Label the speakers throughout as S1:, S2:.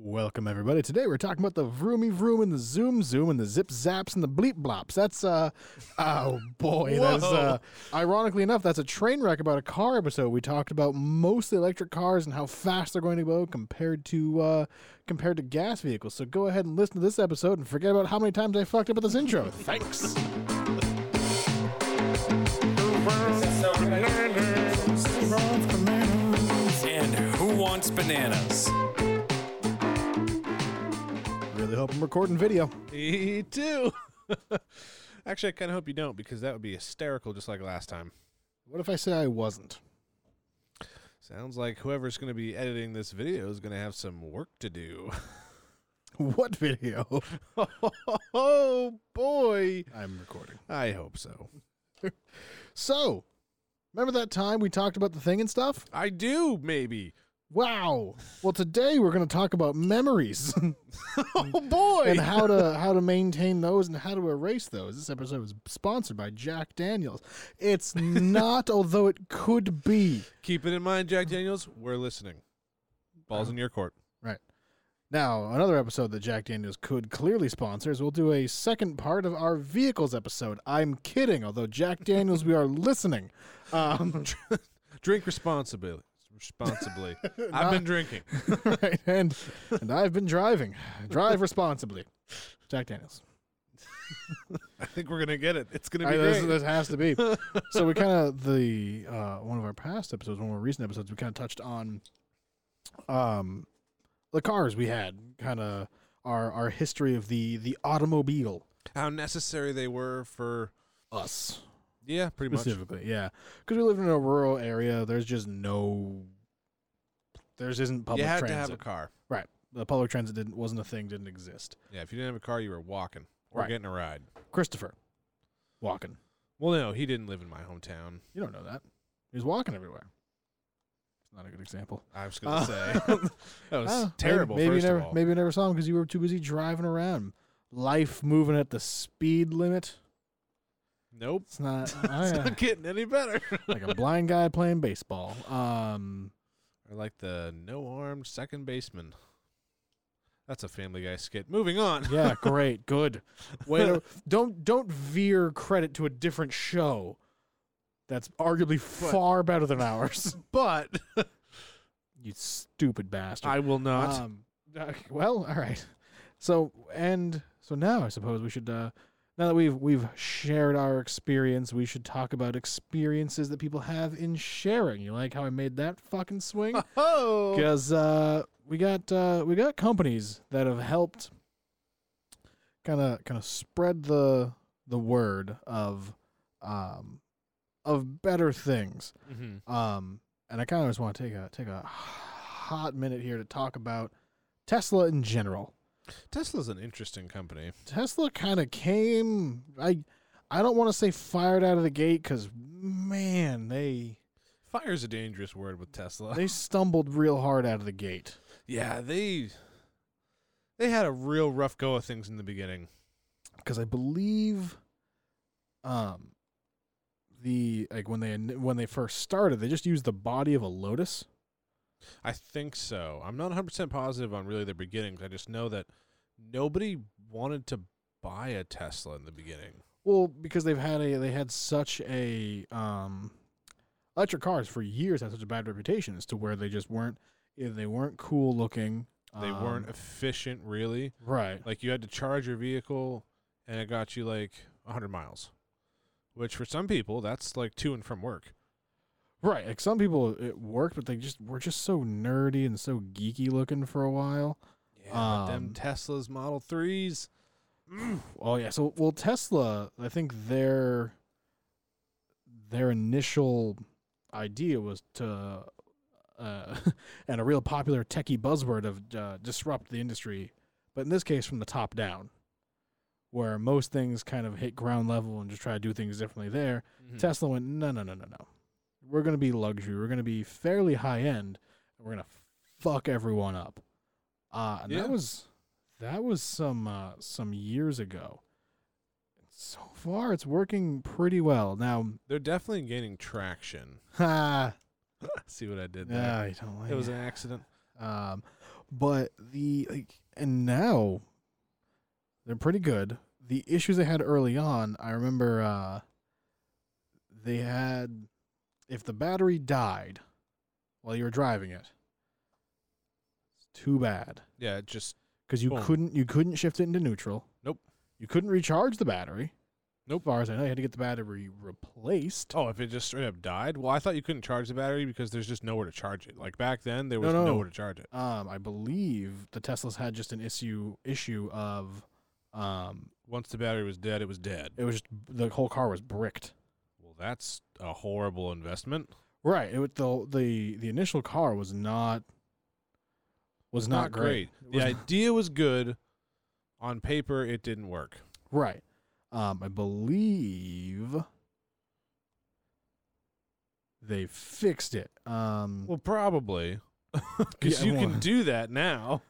S1: Welcome everybody. Today we're talking about the vroomy vroom and the zoom zoom and the zip zaps and the bleep blops. That's uh oh boy, that's uh ironically enough, that's a train wreck about a car episode. We talked about mostly electric cars and how fast they're going to go compared to uh compared to gas vehicles. So go ahead and listen to this episode and forget about how many times I fucked up at this intro. Thanks.
S2: And who wants bananas?
S1: Really hope I'm recording video.
S3: Me too. Actually, I kind of hope you don't because that would be hysterical, just like last time.
S1: What if I say I wasn't?
S3: Sounds like whoever's going to be editing this video is going to have some work to do.
S1: What video?
S3: oh boy!
S1: I'm recording.
S3: I hope so.
S1: So, remember that time we talked about the thing and stuff?
S3: I do, maybe.
S1: Wow. Well, today we're going to talk about memories
S3: Oh boy!
S1: and how to how to maintain those and how to erase those. This episode was sponsored by Jack Daniels. It's not, although it could be.
S3: Keep it in mind, Jack Daniels. We're listening. Balls in your court.
S1: Right. Now, another episode that Jack Daniels could clearly sponsor is we'll do a second part of our vehicles episode. I'm kidding, although Jack Daniels, we are listening. Um,
S3: Drink responsibly. Responsibly. I've been drinking.
S1: right, and and I've been driving. Drive responsibly. Jack Daniels.
S3: I think we're gonna get it. It's gonna
S1: I,
S3: be
S1: this,
S3: great.
S1: this has to be. so we kind of the uh, one of our past episodes, one of our recent episodes, we kind of touched on um the cars we had, kind of our our history of the the automobile.
S3: How necessary they were for
S1: Us
S3: yeah, pretty much.
S1: specifically, yeah, because we live in a rural area. There's just no, there's isn't public
S3: You had to
S1: transit.
S3: have a car.
S1: right, the public transit didn't wasn't a thing, didn't exist.
S3: Yeah, if you didn't have a car, you were walking or
S1: Right.
S3: getting a ride.
S1: Christopher, walking.
S3: Well, no, he didn't live in my hometown.
S1: You don't know that. He's walking everywhere. It's not a good example.
S3: I was going to say that was
S1: Oh,
S3: terrible.
S1: Uh, Maybe,
S3: first
S1: you never,
S3: of all,
S1: maybe you never saw him because you were too busy driving around. Life moving at the speed limit.
S3: nope,
S1: It's not,
S3: it's
S1: I, uh,
S3: not getting any better.
S1: like a blind guy playing baseball. Um,
S3: or like the no-armed second baseman. That's a Family Guy skit. Moving on.
S1: yeah, great, good. Way to, don't don't veer credit to a different show. That's arguably far better than ours.
S3: But
S1: you stupid bastard.
S3: I will not.
S1: Um, uh, well, all right. So and so now I suppose we should uh, now that we've we've shared our experience, we should talk about experiences that people have in sharing. You like how I made that fucking swing?
S3: oh,
S1: Because uh, we got uh, we got companies that have helped kind of kind of spread the the word of um, of better things.
S3: Mhm.
S1: Um, and I kind of just want to take a take a hot minute here to talk about Tesla in general.
S3: Tesla's an interesting company.
S1: Tesla kind of came. I I don't want to say fired out of the gate because man, they
S3: Fire's a dangerous word with Tesla.
S1: they stumbled real hard out of the gate.
S3: yeah, they they had a real rough go of things in the beginning.
S1: because I believe, um, the like when they when they first started, they just used the body of a lotus.
S3: I think so. I'm not 100% positive on really the beginnings. I just know that nobody wanted to buy a Tesla in the beginning.
S1: Well, because they've had a they had such a um, electric cars for years had such a bad reputation as to where they just weren't yeah, they weren't cool looking.
S3: They
S1: um,
S3: weren't efficient, really.
S1: right.
S3: Like, you had to charge your vehicle, and it got you like 100 miles, which for some people, that's like to and from work.
S1: Right. Like some people it worked, but they just were just so nerdy and so geeky looking for a while.
S3: Yeah, but
S1: Um,
S3: them Teslas Model 3s.
S1: Oh yeah. So well, Tesla. I think their their initial idea was to, uh, and a real popular techie buzzword of uh, disrupt the industry, but in this case from the top down, where most things kind of hit ground level and just try to do things differently. There,
S3: Mhm. Hmm.
S1: Tesla went no, no, no, no, no. We're gonna be luxury. We're gonna be fairly high end. And we're gonna fuck everyone up. Uh, and
S3: Yeah.
S1: that was that was some uh, some years ago. So far, it's working pretty well. Now,
S3: They're definitely gaining traction.
S1: ha,
S3: See what I did there?
S1: yeah, I don't like
S3: It was
S1: it.
S3: an accident.
S1: Um, but the like, and now they're pretty good. The issues they had early on, I remember uh, they had if the battery died while you were driving it, it's too bad
S3: Yeah, it just
S1: because you
S3: Boom.
S1: couldn't you couldn't shift it into neutral.
S3: Nope.
S1: You couldn't recharge the battery.
S3: Nope.
S1: As far as I know, you had to get the battery replaced.
S3: oh, if it just straight up died. Well, I thought you couldn't charge the battery because there's just nowhere to charge it. Like back then, there
S1: No,
S3: was
S1: no.
S3: nowhere to charge it.
S1: Um, I believe the Teslas had just an issue issue of, um,
S3: Once the battery was dead, it was dead.
S1: it was just the whole car was bricked.
S3: Well, that's a horrible investment.
S1: Right. It was the the the initial car was not was not, great. It
S3: The
S1: was-
S3: idea was good. On paper, it didn't work.
S1: Right. Um, I believe they fixed it. Um,
S3: Well, probably because
S1: Yeah,
S3: you
S1: well-
S3: can do that now.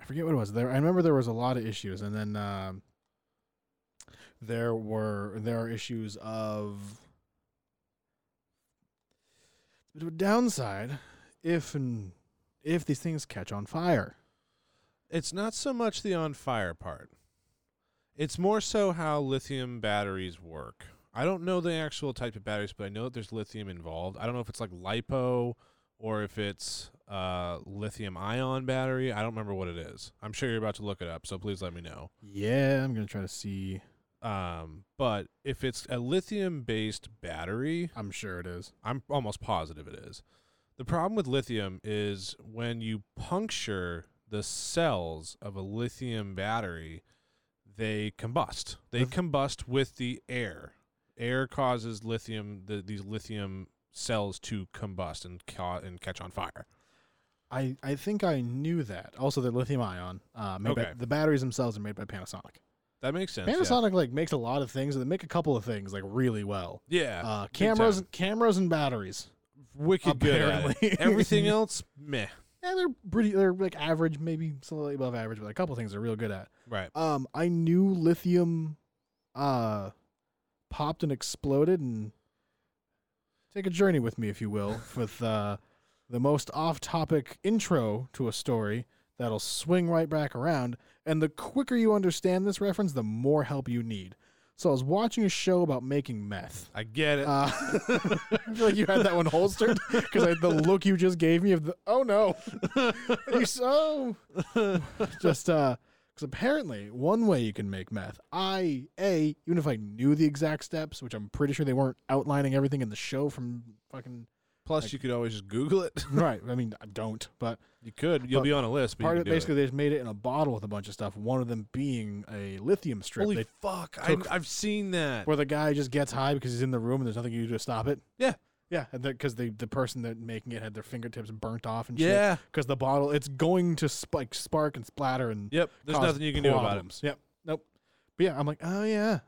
S1: I forget what it was. There, I remember there was a lot of issues, and then um, there were there are issues of a bit of a downside if and if these things catch on fire.
S3: It's not so much the on fire part. It's more so how lithium batteries work. I don't know the actual type of batteries, but I know that there's lithium involved. I don't know if it's like lipo or if it's uh, lithium ion battery. I don't remember what it is. I'm sure you're about to look it up, so please let me know.
S1: Yeah, I'm gonna try to see.
S3: Um, but if it's a lithium based battery,
S1: I'm sure it is.
S3: I'm almost positive it is. The problem with lithium is when you puncture the cells of a lithium battery, they combust. They combust with the air. Air causes lithium the, these lithium cells to combust and ca- and catch on fire.
S1: I, I think I knew that. Also, they're lithium ion. Uh, made by,
S3: Okay.
S1: the batteries themselves are made by Panasonic.
S3: That makes sense. yeah.
S1: Panasonic like makes a lot of things, and they make a couple of things like really well.
S3: Yeah.
S1: Uh,
S3: big
S1: cameras,
S3: time.
S1: cameras, and batteries.
S3: wicked good. at it.
S1: apparently.
S3: Everything else, meh.
S1: Yeah, they're pretty. They're like average, maybe slightly above average, but a couple things they're real good at.
S3: Right.
S1: Um, I knew lithium, uh, popped and exploded, and take a journey with me, if you will, with uh, the most off-topic intro to a story that'll swing right back around. And the quicker you understand this reference, the more help you need. So I was watching a show about making meth.
S3: I get it.
S1: Uh, I feel like you had that one holstered because the look you just gave me of the oh no, you so just uh because apparently one way you can make meth. I a even if I knew the exact steps, which I'm pretty sure they weren't outlining everything in the show from fucking
S3: Plus, you could always just Google it.
S1: right. I mean I don't, but
S3: You could. You'll
S1: But
S3: be on a list. But
S1: part
S3: you
S1: of it
S3: can do
S1: basically they just made it in a bottle with a bunch of stuff. One of them being a lithium strip.
S3: Holy
S1: they-
S3: fuck! I,
S1: took-
S3: I've seen that.
S1: where the guy just gets high because he's in the room and there's nothing you do to stop it.
S3: Yeah.
S1: Yeah, because the the person that making it had their fingertips burnt off and shit.
S3: Yeah.
S1: Because the bottle, it's going to spike, spark, and splatter, and
S3: Yep. There's
S1: cause
S3: nothing you can do about it.
S1: problems. Yep. Nope. But yeah, I'm like, oh yeah.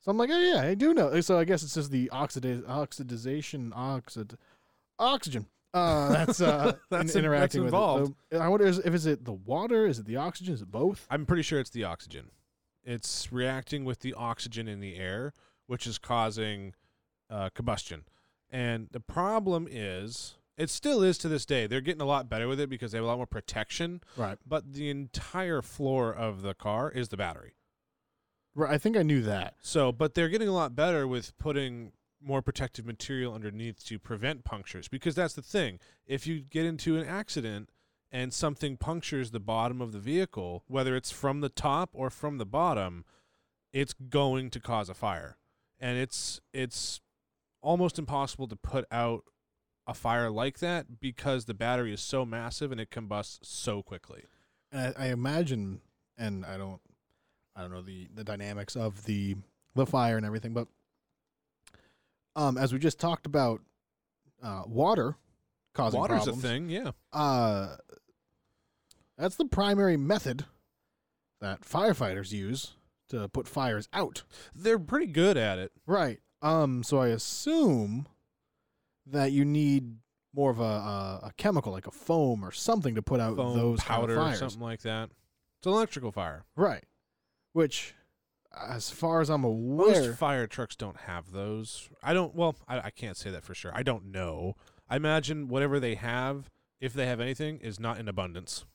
S1: So I'm like, oh yeah, I do know. So I guess it's just the oxidiz- oxidization, oxid, oxygen. Uh, that's uh,
S3: That's in-
S1: interacting
S3: that's
S1: with. it. So
S3: involved.
S1: I wonder is- if is it the water, is it the oxygen, is it both?
S3: I'm pretty sure it's the oxygen. It's reacting with the oxygen in the air, which is causing uh, combustion. And the problem is, it still is to this day. They're getting a lot better with it because they have a lot more protection.
S1: Right.
S3: But the entire floor of the car is the battery.
S1: Right. I think I knew that.
S3: So, but they're getting a lot better with putting more protective material underneath to prevent punctures because that's the thing. If you get into an accident and something punctures the bottom of the vehicle, whether it's from the top or from the bottom, it's going to cause a fire. And it's it's almost impossible to put out a fire like that because the battery is so massive and it combusts so quickly.
S1: And I, I imagine, and I don't, I don't know the the dynamics of the the fire and everything, but um, as we just talked about, uh, water causing
S3: Water's
S1: problems.
S3: a thing, yeah.
S1: Uh, that's the primary method that firefighters use to put fires out.
S3: They're pretty good at it.
S1: Right. Um. So I assume that you need more of a a, a chemical like a foam or something to put out
S3: foam,
S1: those kind of
S3: powder,
S1: fires.
S3: something like that. It's an electrical fire.
S1: Right. Which, as far as I'm
S3: Most
S1: aware,
S3: fire trucks don't have those. I don't. Well, I, I can't say that for sure. I don't know. I imagine whatever they have, if they have anything, is not in abundance.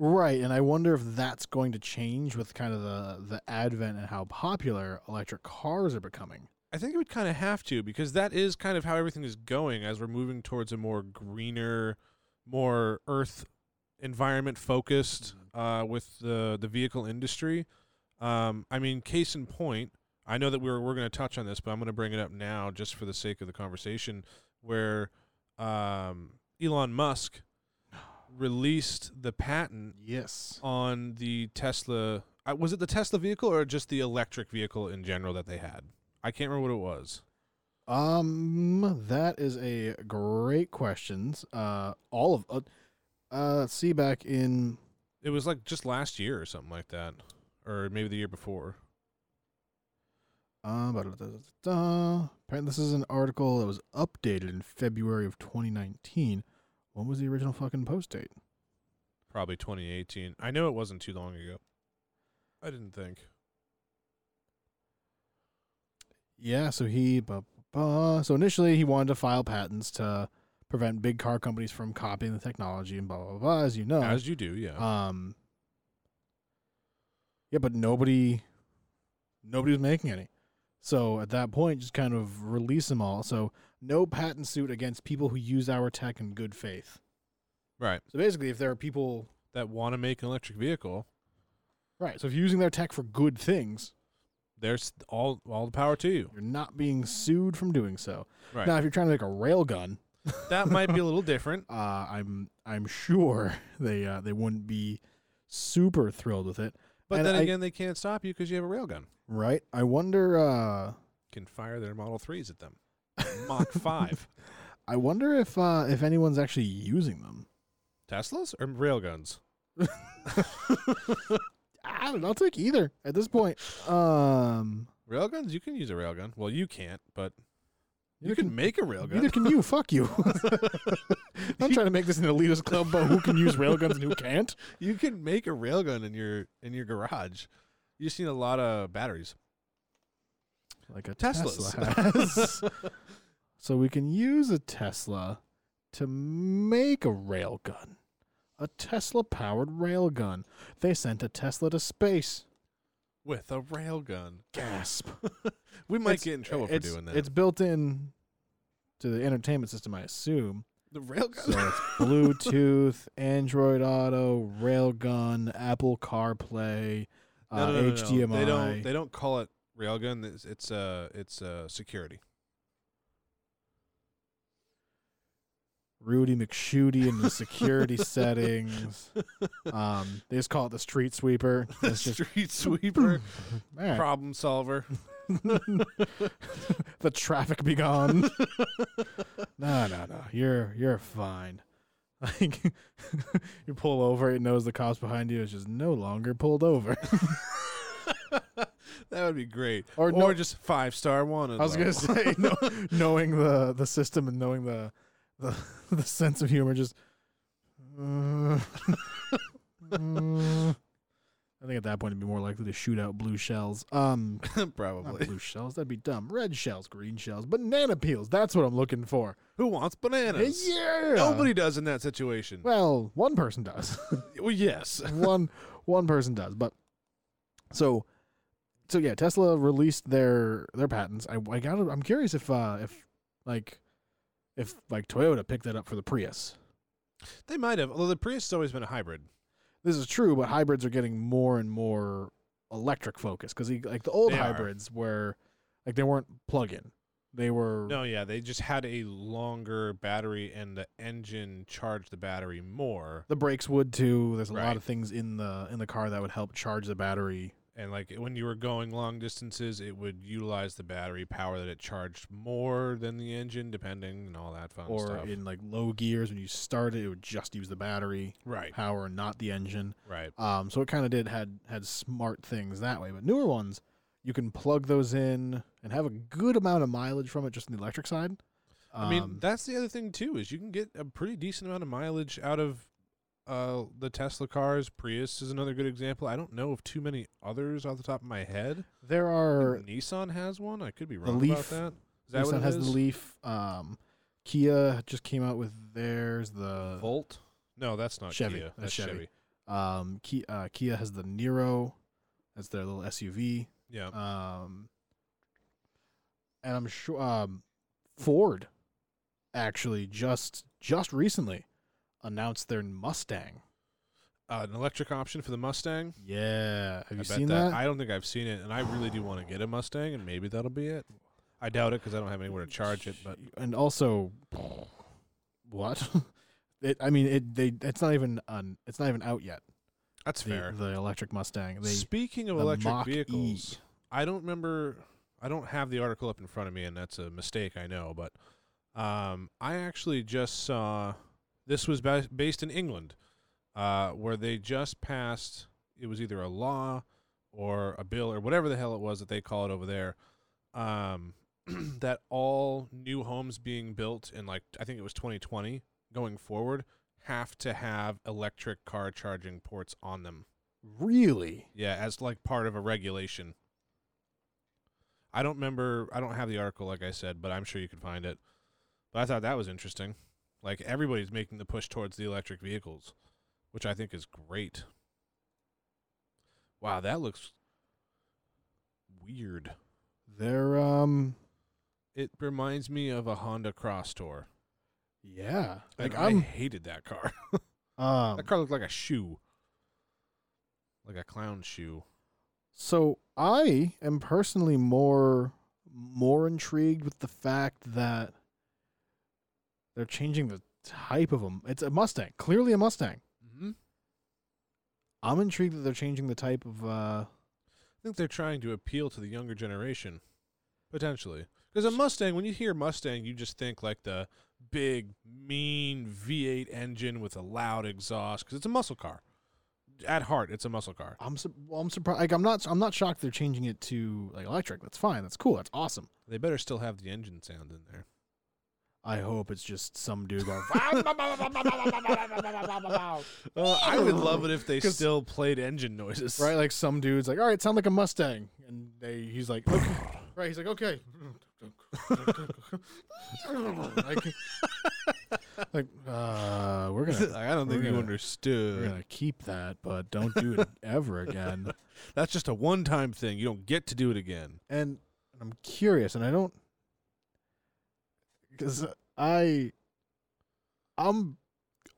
S1: Right, and I wonder if that's going to change with kind of the the advent and how popular electric cars are becoming.
S3: I think it would kind of have to because that is kind of how everything is going as we're moving towards a more greener, more earth environment focused uh, with the the vehicle industry. Um, I mean, case in point, I know that we're we're going to touch on this, but I'm going to bring it up now just for the sake of the conversation, where um, Elon Musk released the patent
S1: Yes.
S3: on the Tesla. Uh, was it the Tesla vehicle or just the electric vehicle in general that they had? I can't remember what it was.
S1: Um, that is a great questions. Uh, all of uh, uh let's see back in
S3: It was like just last year or something like that, or maybe the year before.
S1: uh, blah, blah, blah, blah, blah. apparently this is an article that was updated in February of 2019. When was the original fucking post date?
S3: Probably 2018. I know it wasn't too long ago. I didn't think.
S1: Yeah, so he bu- bu- bu- so initially he wanted to file patents to prevent big car companies from copying the technology and blah blah blah. As you know,
S3: As you do, yeah.
S1: um, yeah, but nobody, nobody was making any. So at that point, just kind of release them all. So no patent suit against people who use our tech in good faith.
S3: right.
S1: So basically, if there are people,
S3: That want to make an electric vehicle,
S1: right? So if you're using their tech for good things,
S3: there's all all the power to you.
S1: you're not being sued from doing so.
S3: Right.
S1: Now, if you're trying to make a rail gun,
S3: that might be a little different.
S1: Uh, I'm I'm sure they uh, they wouldn't be super thrilled with it,
S3: But
S1: And
S3: then
S1: I-
S3: again, they can't stop you because you have a railgun.
S1: right? I wonder. Uh,
S3: Can fire their Model 3s at them. Mach 5.
S1: I wonder if uh, if anyone's actually using them.
S3: Teslas or railguns?
S1: I don't know. I'll take either at this point. Um,
S3: Railguns, you can use a railgun. Well, you can't, but you,
S1: neither
S3: can, make a railgun.
S1: Neither can you. Fuck you. I'm trying to make this an elitist club about who can use railguns and who can't.
S3: You can make a railgun in your in your garage. You just need a lot of batteries.
S1: Like a
S3: Teslas.
S1: Tesla has. so we can use a Tesla to make a railgun. A Tesla powered railgun. They sent a Tesla to space.
S3: With a railgun.
S1: Gasp.
S3: We might
S1: It's-
S3: get in trouble for
S1: it's,
S3: doing that.
S1: It's built in to the entertainment system, I assume.
S3: the railgun.
S1: So it's Bluetooth, Android Auto, Railgun, Apple CarPlay, uh,
S3: no, no, no, no,
S1: HDMI.
S3: no. They don't they don't call it railgun. It's it's uh it's uh security.
S1: Rudy McShooty and the security settings. Um, they just call it the street sweeper.
S3: The
S1: It's just, "Eh."
S3: street sweeper,
S1: all right.
S3: problem solver.
S1: the traffic be gone. no, no, no. You're you're fine. Like you pull over, it knows the cops behind you is just no longer pulled over.
S3: That would be great.
S1: Or
S3: Or,
S1: no-
S3: just five star one.
S1: I was gonna say no, knowing the the system and knowing the the, the sense of humor just. uh, uh. I think at that point it'd be more likely to shoot out blue shells. Um, not
S3: probably.
S1: blue shells. That'd be dumb. Red shells, green shells, banana peels. That's what I'm looking for.
S3: Who wants bananas?
S1: Yeah.
S3: Nobody does in that situation.
S1: Well, one person does.
S3: Well, yes.
S1: one one person does. But so so yeah, Tesla released their their patents. I I got I'm curious if uh if like if like Toyota picked that up for the Prius.
S3: They might have. Although the Prius has always been a hybrid.
S1: This is true, but hybrids are getting more and more electric focused cuz like the old
S3: They are.
S1: hybrids were like they weren't plug-in. They were
S3: No, yeah, they just had a longer battery, and the engine charged the battery more.
S1: the brakes would too. There's a lot
S3: Right.
S1: of things in the in the car that would help charge the battery.
S3: And like when you were going long distances, it would utilize the battery power that it charged more than the engine, depending and all that fun
S1: or
S3: stuff.
S1: in like low gears when you start it, it would just use the battery
S3: right,
S1: power and not the engine.
S3: right.
S1: Um, so it kind of did had had smart things that way. But newer ones, you can plug those in and have a good amount of mileage from it just on the electric side. Um,
S3: I mean, that's the other thing too is you can get a pretty decent amount of mileage out of uh, the Tesla cars. Prius is another good example. I don't know of too many others off the top of my head.
S1: there
S3: I
S1: are
S3: think Nissan has one. I could be wrong
S1: Leaf.
S3: about that. Is that what
S1: Nissan
S3: it
S1: has
S3: is?
S1: the Leaf. Um, Kia just came out with theirs. The
S3: Volt? No, that's not
S1: Chevy.
S3: Kia.
S1: That's Chevy. Um, Kia, uh, Kia has the Nero, that's their little SUV.
S3: Yeah.
S1: Um, and I'm sure um, Ford actually just just recently announced their Mustang.
S3: Uh, an electric option for the Mustang.
S1: Yeah, have you
S3: I bet
S1: seen that?
S3: I don't think I've seen it, and I really do want to get a Mustang, and maybe that'll be it. I doubt it because I don't have anywhere to charge it. But
S1: and also, what? It, I mean, it they it's not even on it's not even out yet.
S3: that's
S1: The,
S3: fair.
S1: the electric Mustang. They
S3: Speaking of
S1: the E.
S3: electric
S1: Mach-E.
S3: vehicles, I don't remember. I don't have the article up in front of me, and that's a mistake, I know. But um, I actually just saw this was ba- based in England, uh, where they just passed. It was either a law or a bill or whatever the hell it was that they call it over there. Um, that all new homes being built in like I think it was 2020 going forward have to have electric car charging ports on them.
S1: really
S3: Yeah, as like part of a regulation. I don't remember. I don't have the article, like I said, but I'm sure you could find it. But I thought that was interesting. Like everybody's making the push towards the electric vehicles, which I think is great. Wow, that looks weird.
S1: they're um
S3: It reminds me of a Honda Cross Tour.
S1: yeah
S3: Like
S1: like
S3: I
S1: I'm
S3: hated that car.
S1: um
S3: that car looked like a shoe, like a clown shoe.
S1: So I am personally more more intrigued with the fact that they're changing the type of them. It's a Mustang, clearly a Mustang.
S3: Mm-hmm.
S1: I'm intrigued that they're changing the type of. uh
S3: I think they're trying to appeal to the younger generation, potentially. Because a Mustang, when you hear Mustang, you just think like the big, mean V8 engine with a loud exhaust. Because it's a muscle car. At heart, it's a muscle car.
S1: I'm su- well, I'm surprised. Like I'm not I'm not shocked they're changing it to like electric. That's fine. That's cool. That's awesome.
S3: They better still have the engine sound in there.
S1: I hope it's just some dude going.
S3: Uh, I would love it if they
S1: 'Cause-
S3: still played engine noises.
S1: Right, like some dude's like, all right, sound like a Mustang, and they he's like, okay, right, he's like, okay, like, like, uh, we're gonna We're
S3: Like, I don't think you
S1: gonna- we're
S3: understood.
S1: gonna keep that, but don't do it ever again.
S3: That's just a one time thing. You don't get to do it again.
S1: And I'm curious, and I don't, because I, I'm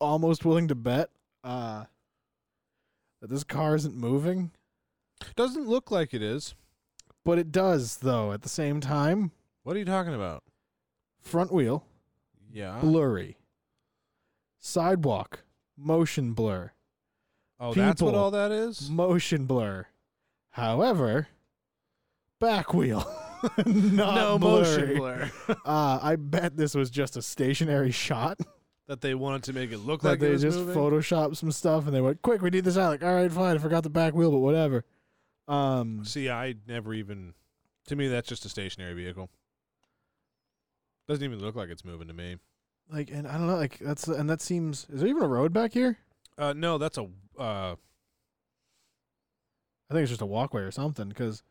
S1: almost willing to bet uh, that this car isn't moving,
S3: Doesn't look like it is.
S1: but it does though. At the same time,
S3: What are you talking about?
S1: front wheel.
S3: Yeah.
S1: blurry. Sidewalk, motion blur,
S3: Oh, that's what
S1: people.
S3: all that is?
S1: motion blur. However, back wheel, not
S3: no motion
S1: blurry.
S3: blur.
S1: Uh, I bet this was just a stationary shot
S3: that they wanted to make it look
S1: that
S3: like it
S1: they
S3: was
S1: just
S3: moving.
S1: photoshopped some stuff and they went, "Quick, we need this out." Like, all right, fine, I forgot the back wheel, but whatever. Um,
S3: See, I never even. To me, that's just a stationary vehicle. Doesn't even look like it's moving to me.
S1: like, and I don't know, like that's and that seems. Is there even a road back here?
S3: Uh, no, that's a. Uh,
S1: I think it's just a walkway or something because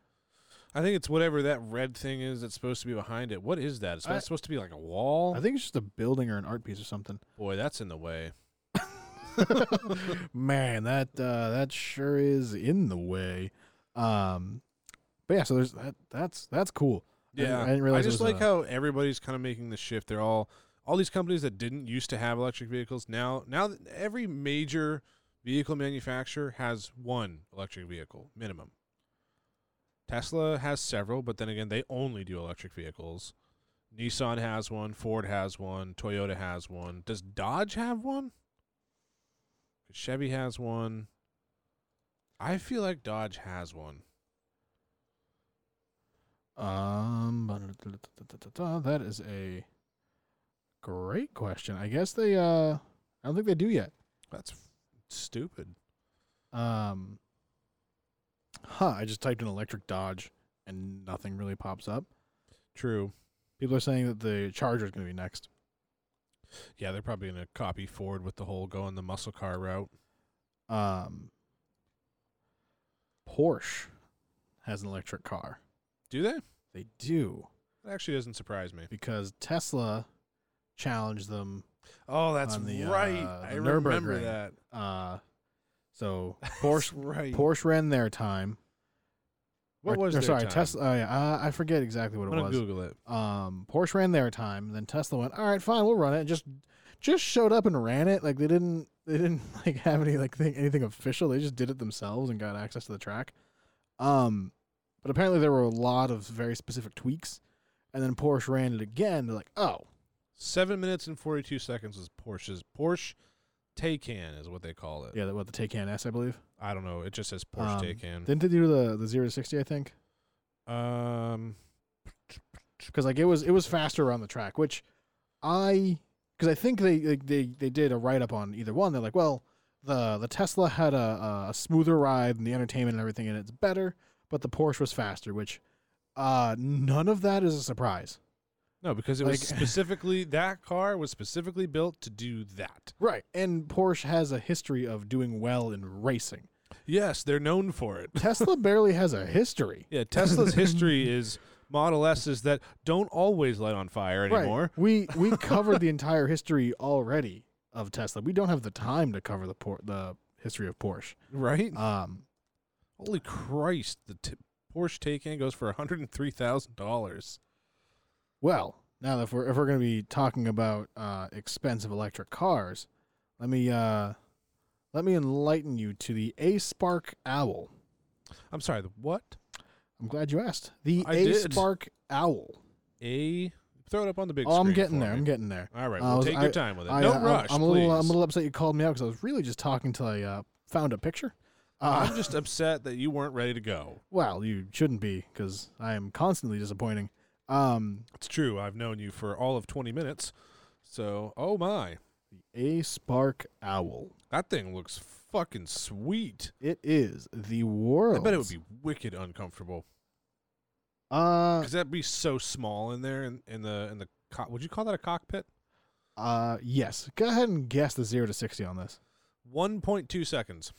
S3: I think it's whatever that red thing is that's supposed to be behind it. What is that? Is that
S1: I-
S3: supposed to be like a wall?
S1: I think it's just a building or an art piece or something.
S3: Boy, that's in the way.
S1: Man, that uh, that sure is in the way. Um, but yeah, so there's that. That's that's cool. I didn't-
S3: Yeah,
S1: I didn't realize it
S3: just
S1: was uh,
S3: like
S1: a-
S3: how everybody's kind of making the shift. They're all all these companies that didn't used to have electric vehicles now now th- every major vehicle manufacturer has one electric vehicle minimum. Tesla has several, but then again, they only do electric vehicles. Nissan has one, Ford has one, Toyota has one. Does Dodge have one? 'Cause Chevy has one. I feel like Dodge has one.
S1: Um, that is a great question. I guess they. Uh, I don't think they do yet.
S3: That's f- stupid.
S1: Um, huh? I just typed in electric Dodge and nothing really pops up.
S3: True.
S1: People are saying that the Charger is going to be next.
S3: Yeah, they're probably going to copy Ford with the whole going the muscle car route.
S1: Um, Porsche has an electric car.
S3: Do they?
S1: They do.
S3: That actually doesn't surprise me.
S1: because Tesla challenged them
S3: Oh, that's
S1: On the,
S3: right.
S1: uh,
S3: I
S1: the
S3: remember
S1: Nürburgring.
S3: that.
S1: uh, So Porsche
S3: right.
S1: Porsche ran their time.
S3: what
S1: Or-
S3: was
S1: or
S3: their
S1: sorry
S3: time?
S1: Tesla? oh, yeah, I, I forget exactly what
S3: I'm
S1: it
S3: gonna
S1: was.
S3: Google it.
S1: Um, Porsche ran their time. Then Tesla went, all right, fine, we'll run it. And just just showed up and ran it. Like they didn't they didn't like have any like thing, anything official. They just did it themselves and got access to the track. Um, but apparently there were a lot of very specific tweaks. And then Porsche ran it again. They're like, oh,
S3: Seven minutes and forty-two seconds is Porsche's Porsche Taycan is what they call it.
S1: yeah, that what the Taycan S, I believe.
S3: I don't know. It just says Porsche
S1: Um,
S3: Taycan.
S1: Didn't they do the the zero to sixty? I think
S3: um,
S1: because like it was it was faster around the track, which I because I think they like, they they did a write up on either one. They're like, well, the the Tesla had a, a smoother ride and the entertainment and everything, and it's better, but the Porsche was faster, which uh none of that is a surprise,
S3: no, because it was
S1: Like-
S3: specifically that car was specifically built to do that.
S1: right? And Porsche has a history of doing well in racing.
S3: Yes, they're known for it.
S1: Tesla barely has a history.
S3: Yeah, Tesla's history is Model S's that don't always light on fire anymore.
S1: Right. We we covered the entire history already of Tesla. We don't have the time to cover the por- the history of Porsche.
S3: Right?
S1: Um,
S3: Holy Christ! The t- Porsche Taycan goes for one hundred and three thousand dollars.
S1: well, now that if we're if we're going to be talking about uh, expensive electric cars, let me uh, let me enlighten you to the A Spark Owl.
S3: I'm sorry. The what?
S1: I'm glad you asked. The
S3: I
S1: A
S3: did.
S1: Spark Owl.
S3: A. Throw it up on the big.
S1: Oh, I'm
S3: screen
S1: getting
S3: for
S1: there.
S3: me.
S1: I'm getting there.
S3: All right.
S1: I
S3: Well,
S1: was-
S3: take
S1: I-
S3: your time with it.
S1: I,
S3: no
S1: uh, I'm-
S3: rush,
S1: I'm, a little I'm a
S3: please.
S1: little upset you called me out because I was really just talking till I uh, found a picture. Uh,
S3: I'm just upset that you weren't ready to go.
S1: Well, you shouldn't be because I am constantly disappointing. Um,
S3: It's true. I've known you for all of 20 minutes. So, oh my.
S1: a spark owl.
S3: That thing looks fucking sweet.
S1: It is the world.
S3: I bet it would be wicked uncomfortable.
S1: Uh,
S3: Cuz that'd be so small in there in, in the in the co- would you call that a cockpit?
S1: uh, yes. Go ahead and guess the zero to sixty on this.
S3: 1.2 seconds.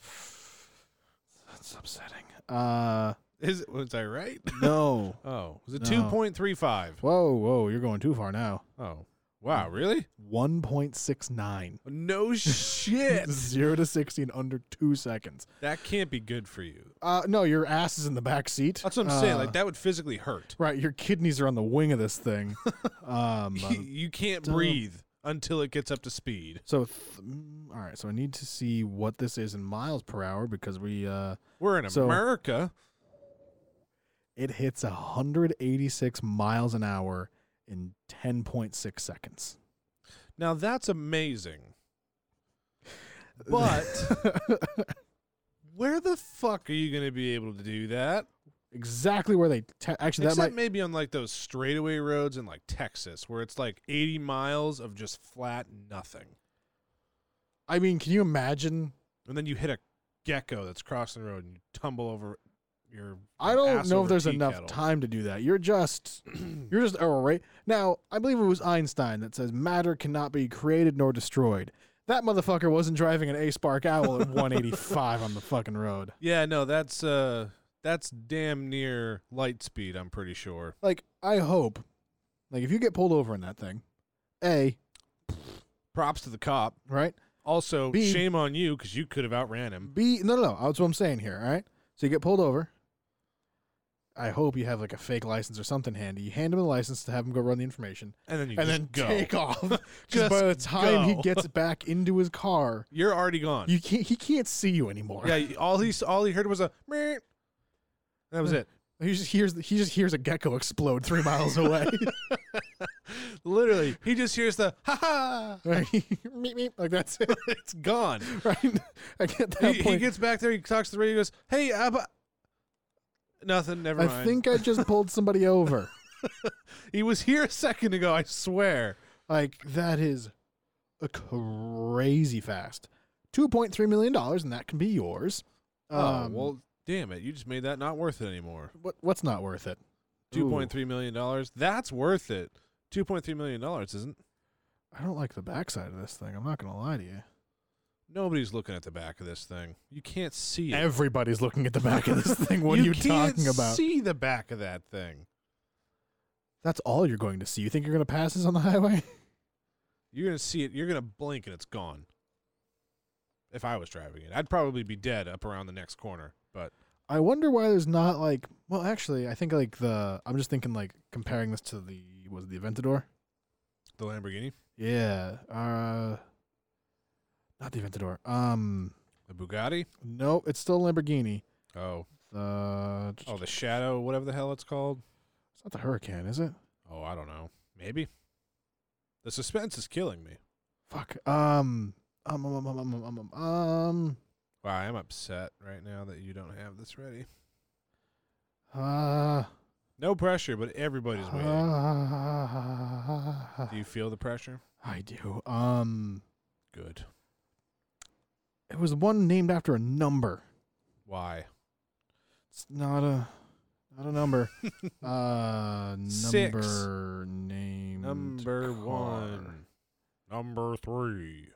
S1: That's upsetting. Uh,
S3: Is it was I right?
S1: no.
S3: Oh, was it
S1: No.
S3: 2.35?
S1: whoa, whoa! You're going too far now.
S3: Oh. Wow, really?
S1: One point six nine.
S3: No shit.
S1: Zero to sixty in under two seconds.
S3: that can't be good for you.
S1: Uh, no, your ass is in the back seat.
S3: That's what I'm saying. Like
S1: Uh,
S3: that would physically hurt.
S1: Right, your kidneys are on the wing of this thing. um,
S3: you can't
S1: don't-
S3: breathe until it gets up to speed.
S1: So, th- mm, all right. So I need to see what this is in miles per hour because we uh,
S3: We're in
S1: So-
S3: America.
S1: it hits 186 miles an hour in 10.6 seconds.
S3: Now that's amazing. But where the fuck are you going to be able to do that?
S1: exactly where they te- actually that
S3: Except
S1: might
S3: maybe on like those straightaway roads in like Texas, where it's like 80 miles of just flat nothing,
S1: I mean, can you imagine?
S3: and then you hit a gecko that's crossing the road and you tumble over your.
S1: I don't
S3: ass
S1: know
S3: over
S1: if there's
S3: tea
S1: enough
S3: kettle.
S1: time to do that. You're just you're just right Now, I believe it was Einstein that says matter cannot be created nor destroyed. That motherfucker wasn't driving an A Spark Owl at 185 on the fucking road.
S3: Yeah, no, that's uh, that's damn near light speed. I'm pretty sure.
S1: like I hope, like if you get pulled over in that thing, a
S3: Props to the cop.
S1: right,
S3: Also,
S1: B-
S3: shame on you because you could have outran him.
S1: b no no no that's what I'm saying here. All right, so you get pulled over. I hope you have like a fake license or something handy. You hand him the license to have him go run the information,
S3: And then you
S1: and
S3: just
S1: then
S3: go.
S1: take off. Because
S3: Just
S1: by the time he
S3: go.
S1: gets back into his car,
S3: You're already gone.
S1: you can't he can't see you anymore.
S3: yeah, you- all he s- all he heard was a meep. That was it.
S1: He just hears he just hears a gecko explode three miles away.
S3: Literally, he just hears the ha ha.
S1: right? meep, meep, like that's it.
S3: It's gone.
S1: Right? I get
S3: He,
S1: that
S3: he
S1: point.
S3: gets back there. He talks to the radio. He goes, "Hey, Abba." Nothing. Never mind.
S1: I think I just pulled somebody over.
S3: he was here a second ago. I swear.
S1: Like that is a crazy fast. Two point three million dollars, and that can be yours.
S3: oh
S1: Um,
S3: well, damn it! You just made that not worth it anymore.
S1: what what's not worth it?
S3: Two point three million dollars. That's worth it. Two point three million dollars isn't.
S1: I don't like the backside of this thing. I'm not gonna lie to you.
S3: Nobody's looking at the back of this thing. You can't see it.
S1: Everybody's looking at the back of this thing. What are you
S3: can't
S1: talking about?
S3: See the back of that thing.
S1: That's all you're going to see. You think you're gonna pass this on the highway?
S3: You're gonna see it. You're gonna blink and it's gone. if I was driving it. I'd probably be dead up around the next corner. But
S1: I wonder why there's not like well actually I think like the I'm just thinking like comparing this to the was it the Aventador?
S3: the Lamborghini,
S1: Yeah. Uh not the Aventador. Um
S3: the Bugatti,
S1: no, it's still a Lamborghini.
S3: oh,
S1: The
S3: oh, the Shadow, whatever the hell it's called.
S1: it's not the Hurricane, is it?
S3: Oh, I don't know. Maybe. The suspense is killing me.
S1: Fuck. Um um um um um um, um, um, um
S3: Wow, I am upset right now that you don't have this ready.
S1: uh,
S3: No pressure, but everybody's
S1: Uh-huh.
S3: waiting.
S1: uh,
S3: Do you feel the pressure?
S1: I do. Um
S3: Good.
S1: it was one named after a number.
S3: Why?
S1: It's not a not a number. uh
S3: Six.
S1: number named
S3: Number
S1: car.
S3: one. Number three.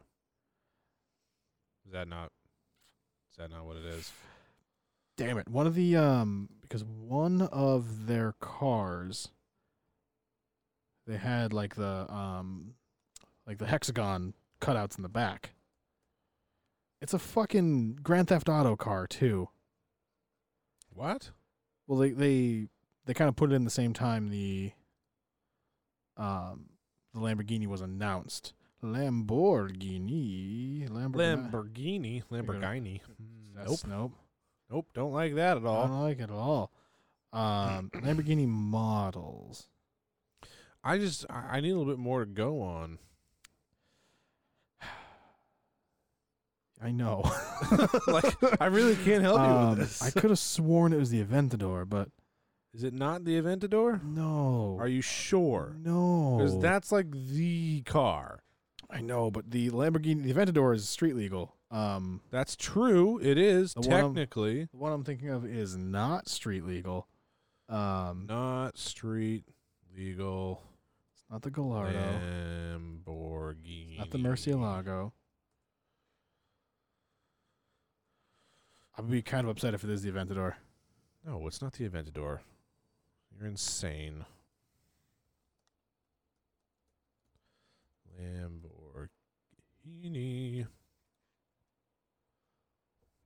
S3: Is that not? Is that not what it is?
S1: Damn it. One of the um because one of their cars they had like the um like the hexagon cutouts in the back. It's a fucking Grand Theft Auto car too.
S3: What?
S1: Well they they they kind of put it in the same time the um the Lamborghini was announced. Lamborghini Lamborghini
S3: Lamborghini. Lamborghini. Nope. Oh.
S1: That's- nope.
S3: Nope. Don't like that at
S1: I
S3: all.
S1: don't like it at all. Um, Lamborghini models.
S3: I just I I need a little bit more to go on.
S1: I know.
S3: like I really can't help you
S1: Um,
S3: with this.
S1: I could have sworn it was the Aventador, but
S3: is it not the Aventador?
S1: no.
S3: Are you sure?
S1: No.
S3: Because that's like the car.
S1: I know, but the Lamborghini, the Aventador is street legal. Um,
S3: That's true. It is
S1: The one I'm-
S3: technically
S1: the one I'm thinking of is not street legal. Um,
S3: not street legal.
S1: it's not the Gallardo,
S3: Lamborghini.
S1: not the Murcielago. I would be kind of upset if it is the Aventador.
S3: No, it's not the Aventador. You're insane. Lamborghini.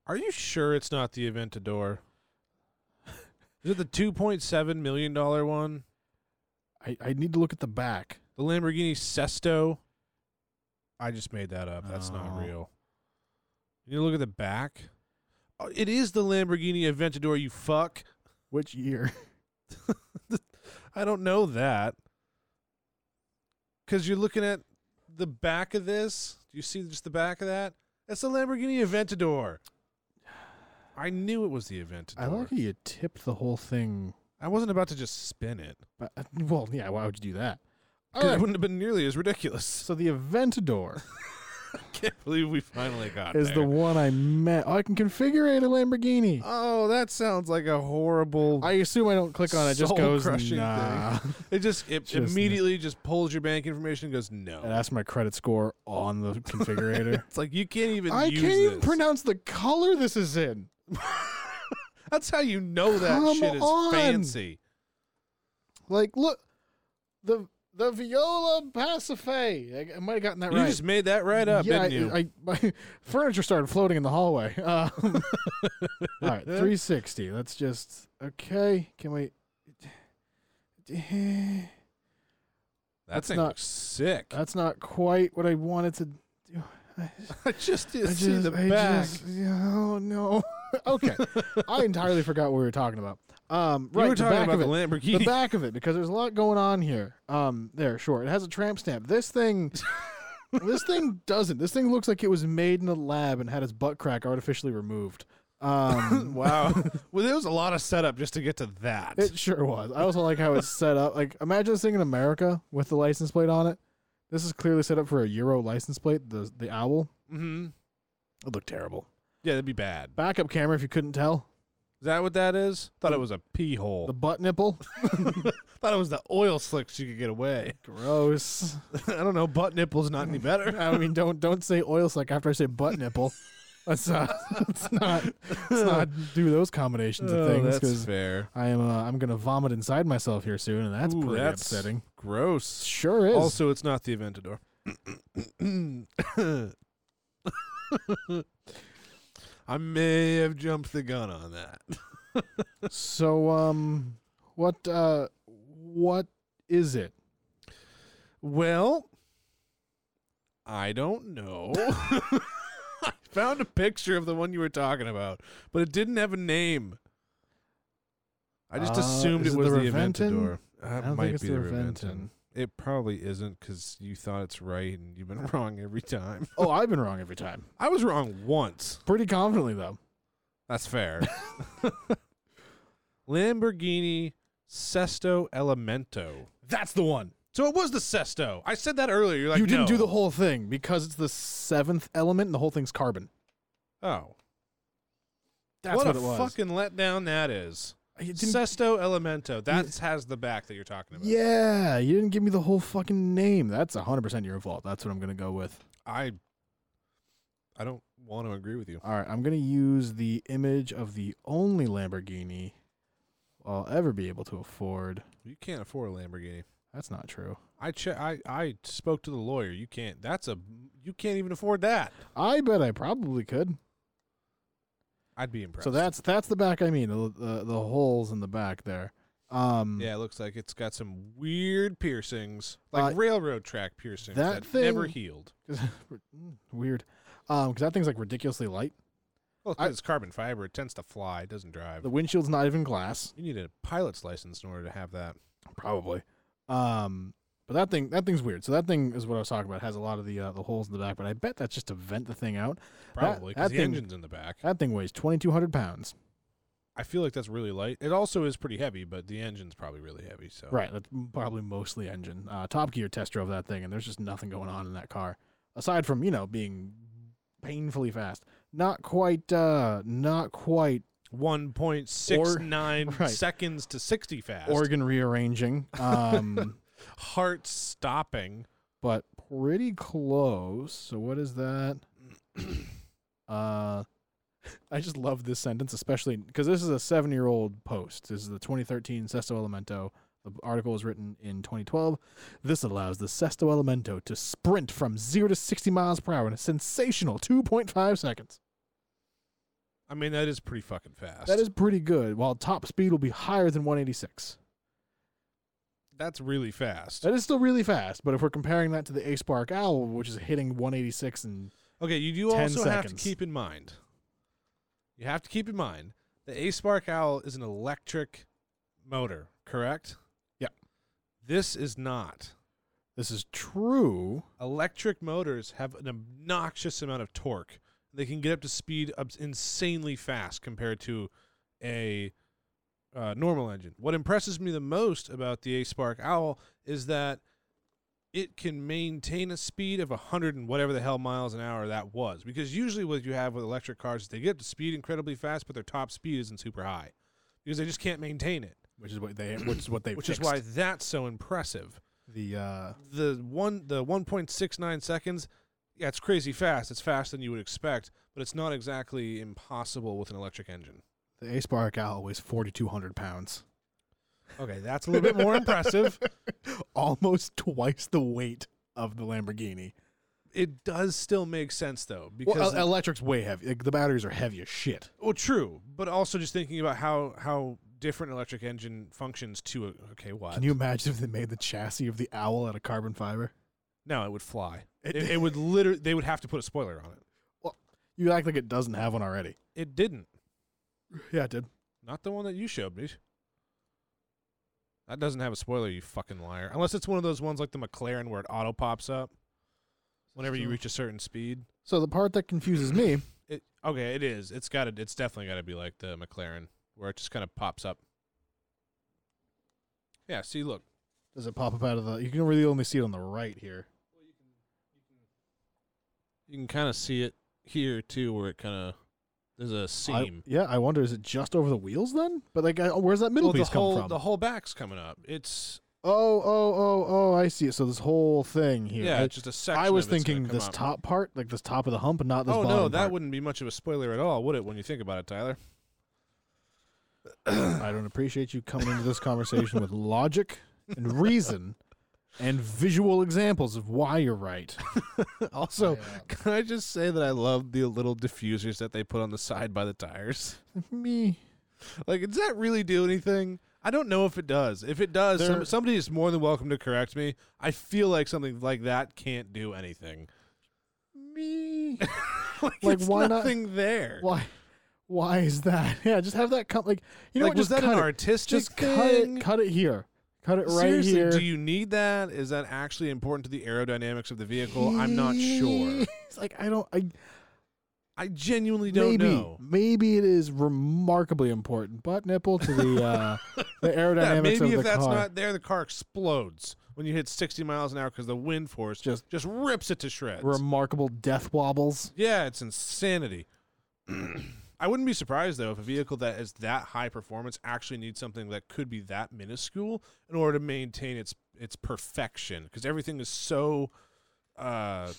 S3: Are you sure it's not the Aventador? Is it the two point seven million dollar one?
S1: I, I need to look at the back.
S3: The Lamborghini Sesto? I just made that up. That's not
S1: Oh.
S3: real. You look at the back. Oh, it is the Lamborghini Aventador, you fuck.
S1: Which year?
S3: I don't know that. Because you're looking at the back of this. Do you see just the back of that? That's the Lamborghini Aventador. I knew it was the Aventador.
S1: I like how you tipped the whole thing.
S3: I wasn't about to just spin it.
S1: But, uh, well, yeah, why would you do that?
S3: 'cause
S1: All
S3: It
S1: right,
S3: wouldn't have been nearly as ridiculous.
S1: so the Aventador
S3: I can't believe we finally got
S1: is the
S3: there.
S1: one I met. Oh, I can configure it a Lamborghini.
S3: Oh, that sounds like a horrible.
S1: I assume I don't click on it. it just goes
S3: Soul-crushing
S1: nah.
S3: it just it
S1: Just n-
S3: immediately just pulls your bank information and goes no.
S1: And that's my credit score on the configurator.
S3: it's like you can't even.
S1: I
S3: use
S1: can't even
S3: this.
S1: pronounce the color this is in.
S3: That's how you know that
S1: Come
S3: shit is
S1: on.
S3: fancy.
S1: Like, look, the the Viola Pacife. I, I might have gotten that
S3: You
S1: right.
S3: just made that right up,
S1: yeah,
S3: didn't you?
S1: I, I, my furniture started floating in the hallway. Um, all right, 360. Let's just okay. Can we?
S3: that thing
S1: not-
S3: looks sick.
S1: That's not quite what I wanted to.
S3: I just
S1: I
S3: didn't see the
S1: I
S3: back.
S1: just- oh no. okay, I entirely forgot what we were talking about. Um,
S3: You
S1: right,
S3: were
S1: the
S3: talking
S1: back
S3: about
S1: of
S3: the
S1: it.
S3: Lamborghini.
S1: the back of it because there's a lot going on here. Um, there, sure, it has a tramp stamp. This thing, this thing doesn't. This thing looks like it was made in a lab and had its butt crack artificially removed. Um,
S3: wow. well, there was a lot of setup just to get to that.
S1: it sure was. I also like how it's set up. Like, imagine this thing in America with the license plate on it. This is clearly set up for a Euro license plate. The the owl.
S3: mm-hmm.
S1: It looked terrible.
S3: Yeah, that'd be bad.
S1: Backup camera, if you couldn't tell,
S3: Is that what that is? Thought it was a pee hole.
S1: the butt nipple.
S3: Thought it was the oil slicks you could get away.
S1: Gross.
S3: I don't know. Butt nipple's not any better.
S1: I mean, don't don't say oil slick after I say butt nipple. Let's not let's not let's not do those combinations of
S3: Oh,
S1: things
S3: that's
S1: because
S3: fair.
S1: I am uh, I'm gonna vomit inside myself here soon, and that's
S3: Ooh,
S1: pretty
S3: that's
S1: upsetting.
S3: Gross.
S1: Sure is.
S3: Also, it's not the Aventador. I may have jumped the gun on that.
S1: so um what uh what is it?
S3: Well, I don't know. I found a picture of the one you were talking about, but it didn't have a name. I just
S1: Uh,
S3: assumed
S1: is
S3: it
S1: it
S3: was
S1: the
S3: the
S1: Reventon?
S3: Aventador.
S1: I
S3: That
S1: don't
S3: might
S1: think it's
S3: be
S1: the
S3: the
S1: Reventon.
S3: Reventon. It probably isn't because you thought it's right and you've been wrong every time.
S1: Oh, I've been wrong every time.
S3: I was wrong once.
S1: Pretty confidently though.
S3: That's fair. Lamborghini Sesto Elemento.
S1: That's the one.
S3: So it was the Sesto. I said that earlier. You're like,
S1: you didn't do
S3: "No."
S1: the whole thing because it's the seventh element and the whole thing's carbon.
S3: Oh,
S1: That's
S3: what,
S1: what,
S3: a
S1: it was.
S3: fucking letdown that is.
S1: I didn't-
S3: Sesto Elemento. That has the back that you're talking about.
S1: yeah, you didn't give me the whole fucking name. That's 100% your fault. That's what I'm going to go with.
S3: I. I don't want to agree with you.
S1: All right, I'm going to use the image of the only Lamborghini I'll ever be able to afford.
S3: You can't afford a Lamborghini.
S1: That's not true.
S3: I che- I I spoke to the lawyer. You can't. That's a. You can't even afford that.
S1: I bet I probably could.
S3: I'd be impressed.
S1: So that's that's the back I mean, the, the the holes in the back there. Um
S3: Yeah, it looks like it's got some weird piercings, like
S1: Uh,
S3: railroad track piercings
S1: that
S3: that, never
S1: thing-
S3: healed.
S1: weird. Um cuz that thing's like ridiculously light.
S3: Well,
S1: I-
S3: 'cause it's carbon fiber; it tends to fly. It doesn't drive.
S1: The windshield's not even glass.
S3: you need a pilot's license in order to have that.
S1: probably. Um, but that thing that thing's weird. So that thing is what I was talking about. It has a lot of the uh, the holes in the back, but I bet that's just to vent the thing out.
S3: Probably
S1: that
S3: because the
S1: thing-
S3: engine's in the back.
S1: That thing weighs twenty two hundred pounds.
S3: I feel like that's really light. It also is pretty heavy, but the engine's probably really heavy. So
S1: Right, that's m- probably mostly engine. Uh, Top Gear test drove that thing, and there's just nothing going on in that car aside from you know being painfully fast. Not quite. Uh, not quite.
S3: one point six nine
S1: Or- right.
S3: seconds to sixty fast.
S1: Organ rearranging. Um,
S3: heart stopping.
S1: but pretty close. So what is that? uh I just love this sentence, especially because this is a seven-year-old post. This is the 2013 Sesto Elemento. The article was written in 2012. This allows the Sesto Elemento to sprint from zero to 60 miles per hour in a sensational 2.5 seconds.
S3: I mean, that is pretty fucking fast.
S1: That is pretty good. While top speed will be higher than 186.
S3: That's really fast.
S1: That is still really fast, but if we're comparing that to the Ace Park Owl, which is hitting 186 and
S3: Okay, you do
S1: 10
S3: also have to
S1: seconds.
S3: keep in mind. You have to keep in mind the A Spark Owl is an electric motor, correct?
S1: Yep.
S3: This is not.
S1: this is true.
S3: Electric motors have an obnoxious amount of torque. They can get up to speed ups insanely fast compared to a uh, normal engine. What impresses me the most about the A Spark Owl is that it can maintain a speed of 100 and whatever the hell miles an hour that was. Because usually, what you have with electric cars is they get up to speed incredibly fast, but their top speed isn't super high because they just can't maintain it,
S1: which is what they which is what they
S3: which is
S1: fixed.
S3: why that's so impressive
S1: the uh
S3: the one the 1.69 seconds yeah it's crazy fast it's faster than you would expect but it's not exactly impossible with an electric engine
S1: the Ace Bar Owl weighs 4,200 pounds,
S3: okay that's a little bit more impressive
S1: almost twice the weight of the Lamborghini.
S3: it does still make sense though because
S1: Well, el- electric's way heavy. Like, the batteries are heavy as shit.
S3: well true but also just thinking about how how different electric engine functions to a okay what
S1: Can you imagine if they made the chassis of the owl out of carbon fiber?
S3: no it would fly
S1: It-
S3: it, it would literally they would have to put a spoiler on it
S1: You act like it doesn't have one already.
S3: it didn't
S1: Yeah, it did.
S3: Not the one that you showed me. That doesn't have a spoiler, you fucking liar. Unless it's one of those ones like the McLaren where it auto pops up whenever you
S1: Still-
S3: reach a certain speed.
S1: So the part that confuses me,
S3: It okay, it is. It's got to. It's definitely got to be like the McLaren where it just kind of pops up. Yeah. See, look.
S1: does it pop up out of the? You can really only see it on the right here.
S3: You can kind of see it here too, where it kind of there's a
S1: I-
S3: seam.
S1: yeah, I wonder is it just over the wheels then? But like, I, where's that middle
S3: well, the
S1: piece come
S3: whole
S1: from?
S3: the whole back's coming up. It's
S1: oh, oh, oh, oh! I see it. So this whole thing here.
S3: yeah,
S1: I-
S3: it's just a section.
S1: I was
S3: of it's gonna
S1: thinking
S3: come
S1: this
S3: up.
S1: top part, like this top of the hump, not this
S3: oh
S1: bottom.
S3: no, that
S1: part.
S3: wouldn't be much of a spoiler at all, would it? When you think about it, Tyler.
S1: I don't appreciate you coming into this conversation with logic and reason and visual examples of why you're right.
S3: also,
S1: Oh, Yeah.
S3: can I just say that I love the little diffusers that they put on the side by the tires?
S1: Me.
S3: Like, does that really do anything? I don't know if it does. If it does, some,
S1: There-
S3: somebody is more than welcome to correct me. I feel like something like that can't do anything.
S1: Me. Like,
S3: like, it's
S1: why not-
S3: nothing there.
S1: Why? Why is that? Yeah, just have that cut. Like you know,
S3: like,
S1: what,
S3: was
S1: just
S3: that an
S1: cut it.
S3: artistic
S1: Just cut
S3: thing?
S1: it. Cut it here. Cut it right
S3: Seriously,
S1: here.
S3: do you need that? Is that actually important to the aerodynamics of the vehicle? I'm not sure.
S1: it's like I don't. I
S3: I genuinely don't
S1: maybe
S3: know.
S1: maybe it is remarkably important, but nipple to the uh, the aerodynamics
S3: Yeah, maybe
S1: of
S3: if
S1: the
S3: that's
S1: car.
S3: not there, the car explodes when you hit 60 miles an hour because the wind force just
S1: Just-
S3: just rips it to shreds.
S1: Remarkable death wobbles.
S3: yeah, it's insanity. I wouldn't be surprised though if a vehicle that is that high performance actually needs something that could be that minuscule in order to maintain its its perfection because everything is so uh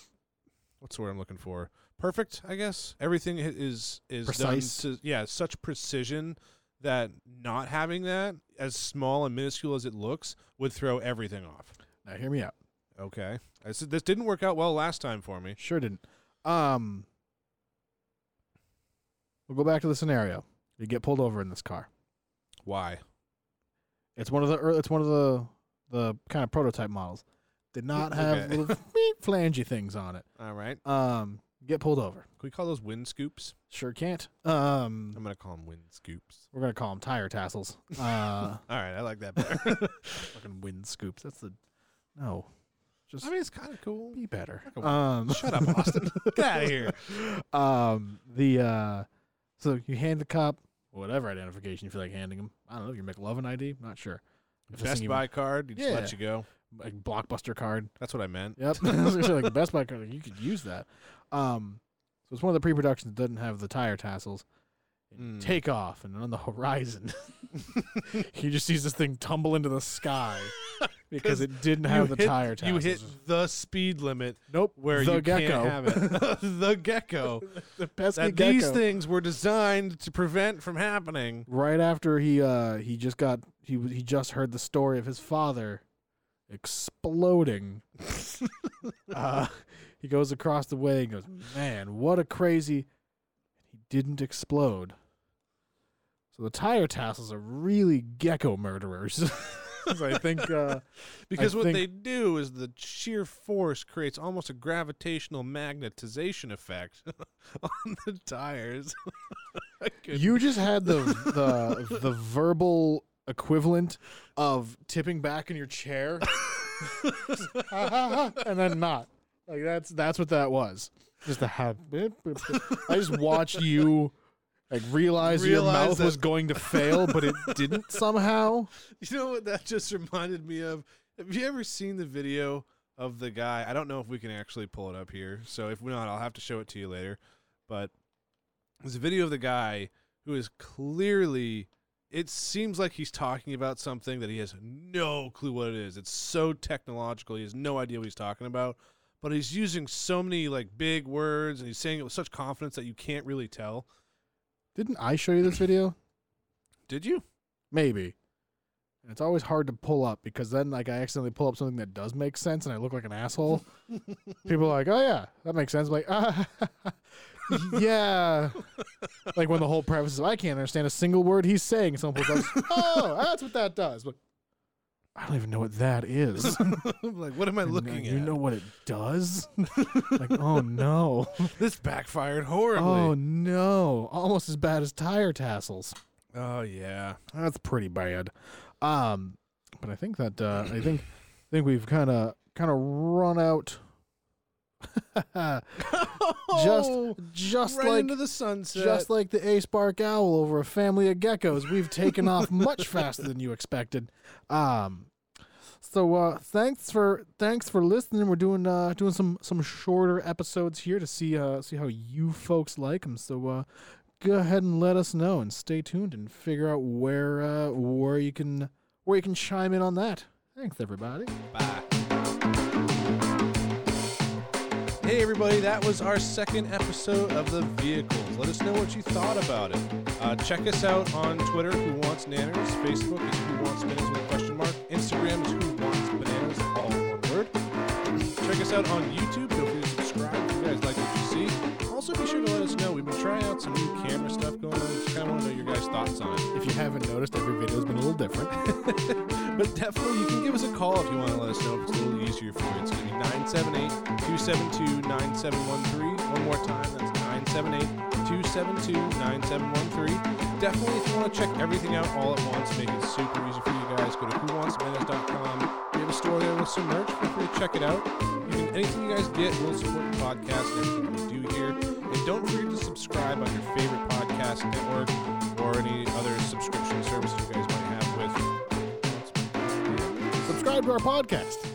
S3: what's the word I'm looking for? Perfect, I guess. Everything i- is is
S1: Precise.
S3: done to yeah, such precision that not having that as small and minuscule as it looks would throw everything off.
S1: Now hear me out.
S3: Okay. I said this didn't work out well last time for me.
S1: Sure didn't. Um, we'll go back to the scenario. You get pulled over in this car.
S3: Why?
S1: It's one of the ear- it's one of the the kind of prototype models. Did not have
S3: Okay.
S1: little beep flangey things on it.
S3: All right.
S1: Um, get pulled over.
S3: Can we call those wind scoops?
S1: Sure can't. Um,
S3: I'm gonna call them wind scoops.
S1: we're gonna call them tire tassels. Uh,
S3: All right, I like that better.
S1: fucking wind scoops. That's the no. Just
S3: I mean, it's kind of cool.
S1: be better.
S3: Fucking-
S1: Um,
S3: Shut up, Austin. Get out of here.
S1: um, the uh, so you hand the cop whatever identification you feel like handing him. I don't know your McLovin ID. Not sure. If this
S3: Best
S1: thing
S3: Buy card. You just
S1: Yeah.
S3: let you go.
S1: even- like blockbuster card.
S3: That's what I meant.
S1: Yep. I was gonna say, like Best Buy card, like, you could use that. Um, so it's one of the pre-productions that doesn't have the tire tassels.
S3: Mm.
S1: Take off, and on the horizon, he just sees this thing tumble into the sky because it didn't have the
S3: hit,
S1: tire
S3: You
S1: tassels.
S3: hit the speed limit
S1: nope
S3: where
S1: the
S3: you
S1: gecko.
S3: can't have it. the gecko.
S1: the pesky
S3: That
S1: gecko.
S3: these things were designed to prevent from happening.
S1: right after he uh he just got he w- he just heard the story of his father exploding uh he goes across the way and goes man what a crazy he didn't explode so the tire tassels are really gecko murderers 'Cause i think uh
S3: Because
S1: I
S3: what
S1: think-
S3: they do is the sheer force creates almost a gravitational magnetization effect on the tires. I couldn't-
S1: you just had the the the verbal equivalent of tipping back in your chair ha, ha, ha, and then not. Like that's that's what that was. Just the ha. bip, bip, bip. I just watched you like realize, your
S3: Realize
S1: mouth
S3: that-
S1: was going to fail, but it didn't somehow.
S3: You know what that just reminded me of? Have you ever seen the video of the guy? I don't know if we can actually pull it up here. So if not, I'll have to show it to you later. But there's a video of the guy who is clearly it seems like he's talking about something that he has no clue what it is. It's so technological, he has no idea what he's talking about. But he's using so many like big words and he's saying it with such confidence that you can't really tell.
S1: Didn't I show you this video?
S3: Did you?
S1: Maybe. And it's always hard to pull up because then like I accidentally pull up something that does make sense and I look like an asshole. People are like, "Oh yeah, that makes sense." I'm like, ah, yeah. like when the whole preface is, "I can't understand a single word he's saying." Someone pulls up, "Oh, that's what that does." But I don't even know what that is.
S3: I'm like, what am I looking
S1: uh, you
S3: at?
S1: know what it does? like, oh no.
S3: this backfired horribly.
S1: Oh no. Almost as bad as tire tassels.
S3: Oh yeah.
S1: That's pretty bad. Um, but I think that uh, I think I think we've kind of kind of run out. just just
S3: right
S1: like
S3: into the sunset.
S1: just like the ace bark owl over a family of geckos, we've taken off much faster than you expected. Um, so uh, thanks for thanks for listening. We're doing uh, doing some some shorter episodes here to see uh, see how you folks like them. So uh, go ahead and let us know and stay tuned and figure out where uh, where you can where you can chime in on that. Thanks everybody.
S3: Bye. Hey everybody, that was our second episode of the vehicles. Let us know what you thought about it. Uh, check us out on Twitter, Who Wants Nanners, Facebook is Who Wants Bananas with a question mark, Instagram is Who Wants Bananas, all one us out on YouTube. Feel free to subscribe if you guys like what you see. Also, be sure to let us know. We've been trying out some new camera stuff going on. We just kind of want to know your guys' thoughts on it.
S1: If you haven't noticed, every video's been a little different.
S3: But definitely, you can give us a call if you want to let us know if it's a little easier for you. It's going to be 978 272 9713. One more time, that's 978 272 9713. Definitely, if you want to check everything out all at once, make it super easy for you guys, go to whowantsmenace.com. We have a store there with some merch. Feel free to check it out. You can, anything you guys get will support the podcast and everything we do here. And don't forget to subscribe on your favorite podcast network or any other subscription service you guys might have with
S1: Subscribe to our podcast.